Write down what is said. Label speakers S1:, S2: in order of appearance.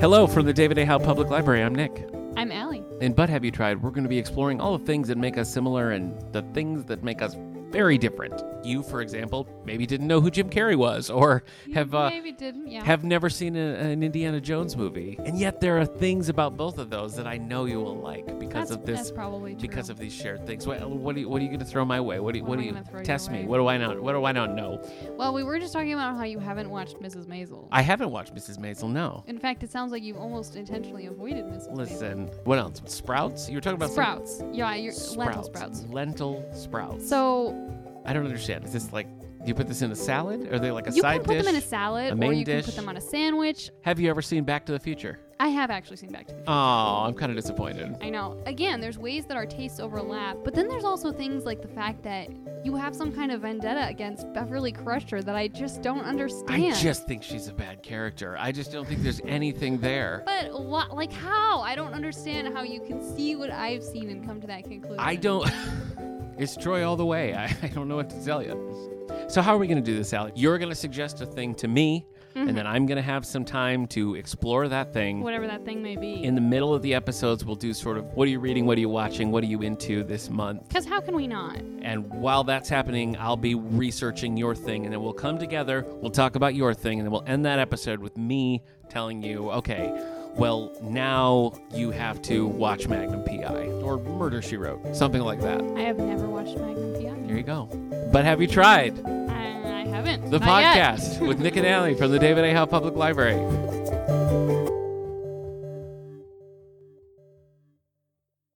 S1: Hello from the David A. Howe Public Library. I'm Nick.
S2: I'm Allie.
S1: In But Have You Tried, we're going to be exploring all the things that make us similar and the things that make us very different. You, for example, maybe didn't know who Jim Carrey was or have uh,
S2: maybe didn't. Yeah.
S1: have never seen a, an Indiana Jones movie. And yet there are things about both of those that I know you will like because
S2: that's,
S1: of this
S2: That's probably true.
S1: because of these shared things. What, what, are, you, what are you going to throw my way? What do you,
S2: What
S1: what do
S2: am I
S1: you
S2: gonna throw your
S1: test me?
S2: way?
S1: What do I not what do I not know?
S2: well, we were just talking about how you haven't watched Mrs. Maisel.
S1: I haven't watched Mrs. Maisel, no.
S2: In fact, it sounds like you've almost intentionally avoided Mrs. Maisel.
S1: Listen, what else? Sprouts? You were talking about some-
S2: Sprouts. Yeah, your lentil sprouts.
S1: Lentil sprouts.
S2: So
S1: I don't understand. Is this like you put this in a salad? Are they like a
S2: you
S1: side
S2: can put
S1: dish?
S2: them in a salad,
S1: a
S2: or
S1: main
S2: you can
S1: dish?
S2: put them on a sandwich.
S1: Have you ever seen Back to the Future?
S2: I have actually seen Back to the Future.
S1: Oh, I'm kind of disappointed.
S2: I know. Again, there's ways that our tastes overlap, but then there's also things like the fact that you have some kind of vendetta against Beverly Crusher that I just don't understand.
S1: I just think she's a bad character. I just don't think there's anything there.
S2: But what, like, how? I don't understand how you can see what I've seen and come to that conclusion.
S1: I don't. it's Troy all the way. I, I don't know what to tell you. So how are we going to do this, Alec? You're going to suggest a thing to me, and
S2: Mm-hmm.
S1: then I'm going to have some time to explore that thing.
S2: Whatever that thing may be.
S1: In the middle of the episodes, we'll do sort of what are you reading, what are you watching, what are you into this month.
S2: Because how can we not?
S1: And while that's happening, I'll be researching your thing, and then we'll come together, we'll talk about your thing, and then we'll end that episode with me telling you, okay, well, now you have to watch Magnum PI or Murder She Wrote, something like that.
S2: I have never watched Magnum PI.
S1: Here you go. But have you tried
S2: I, I haven't.
S1: the
S2: Not yet.
S1: podcast with Nick and Allie from the David A. Howe Public Library?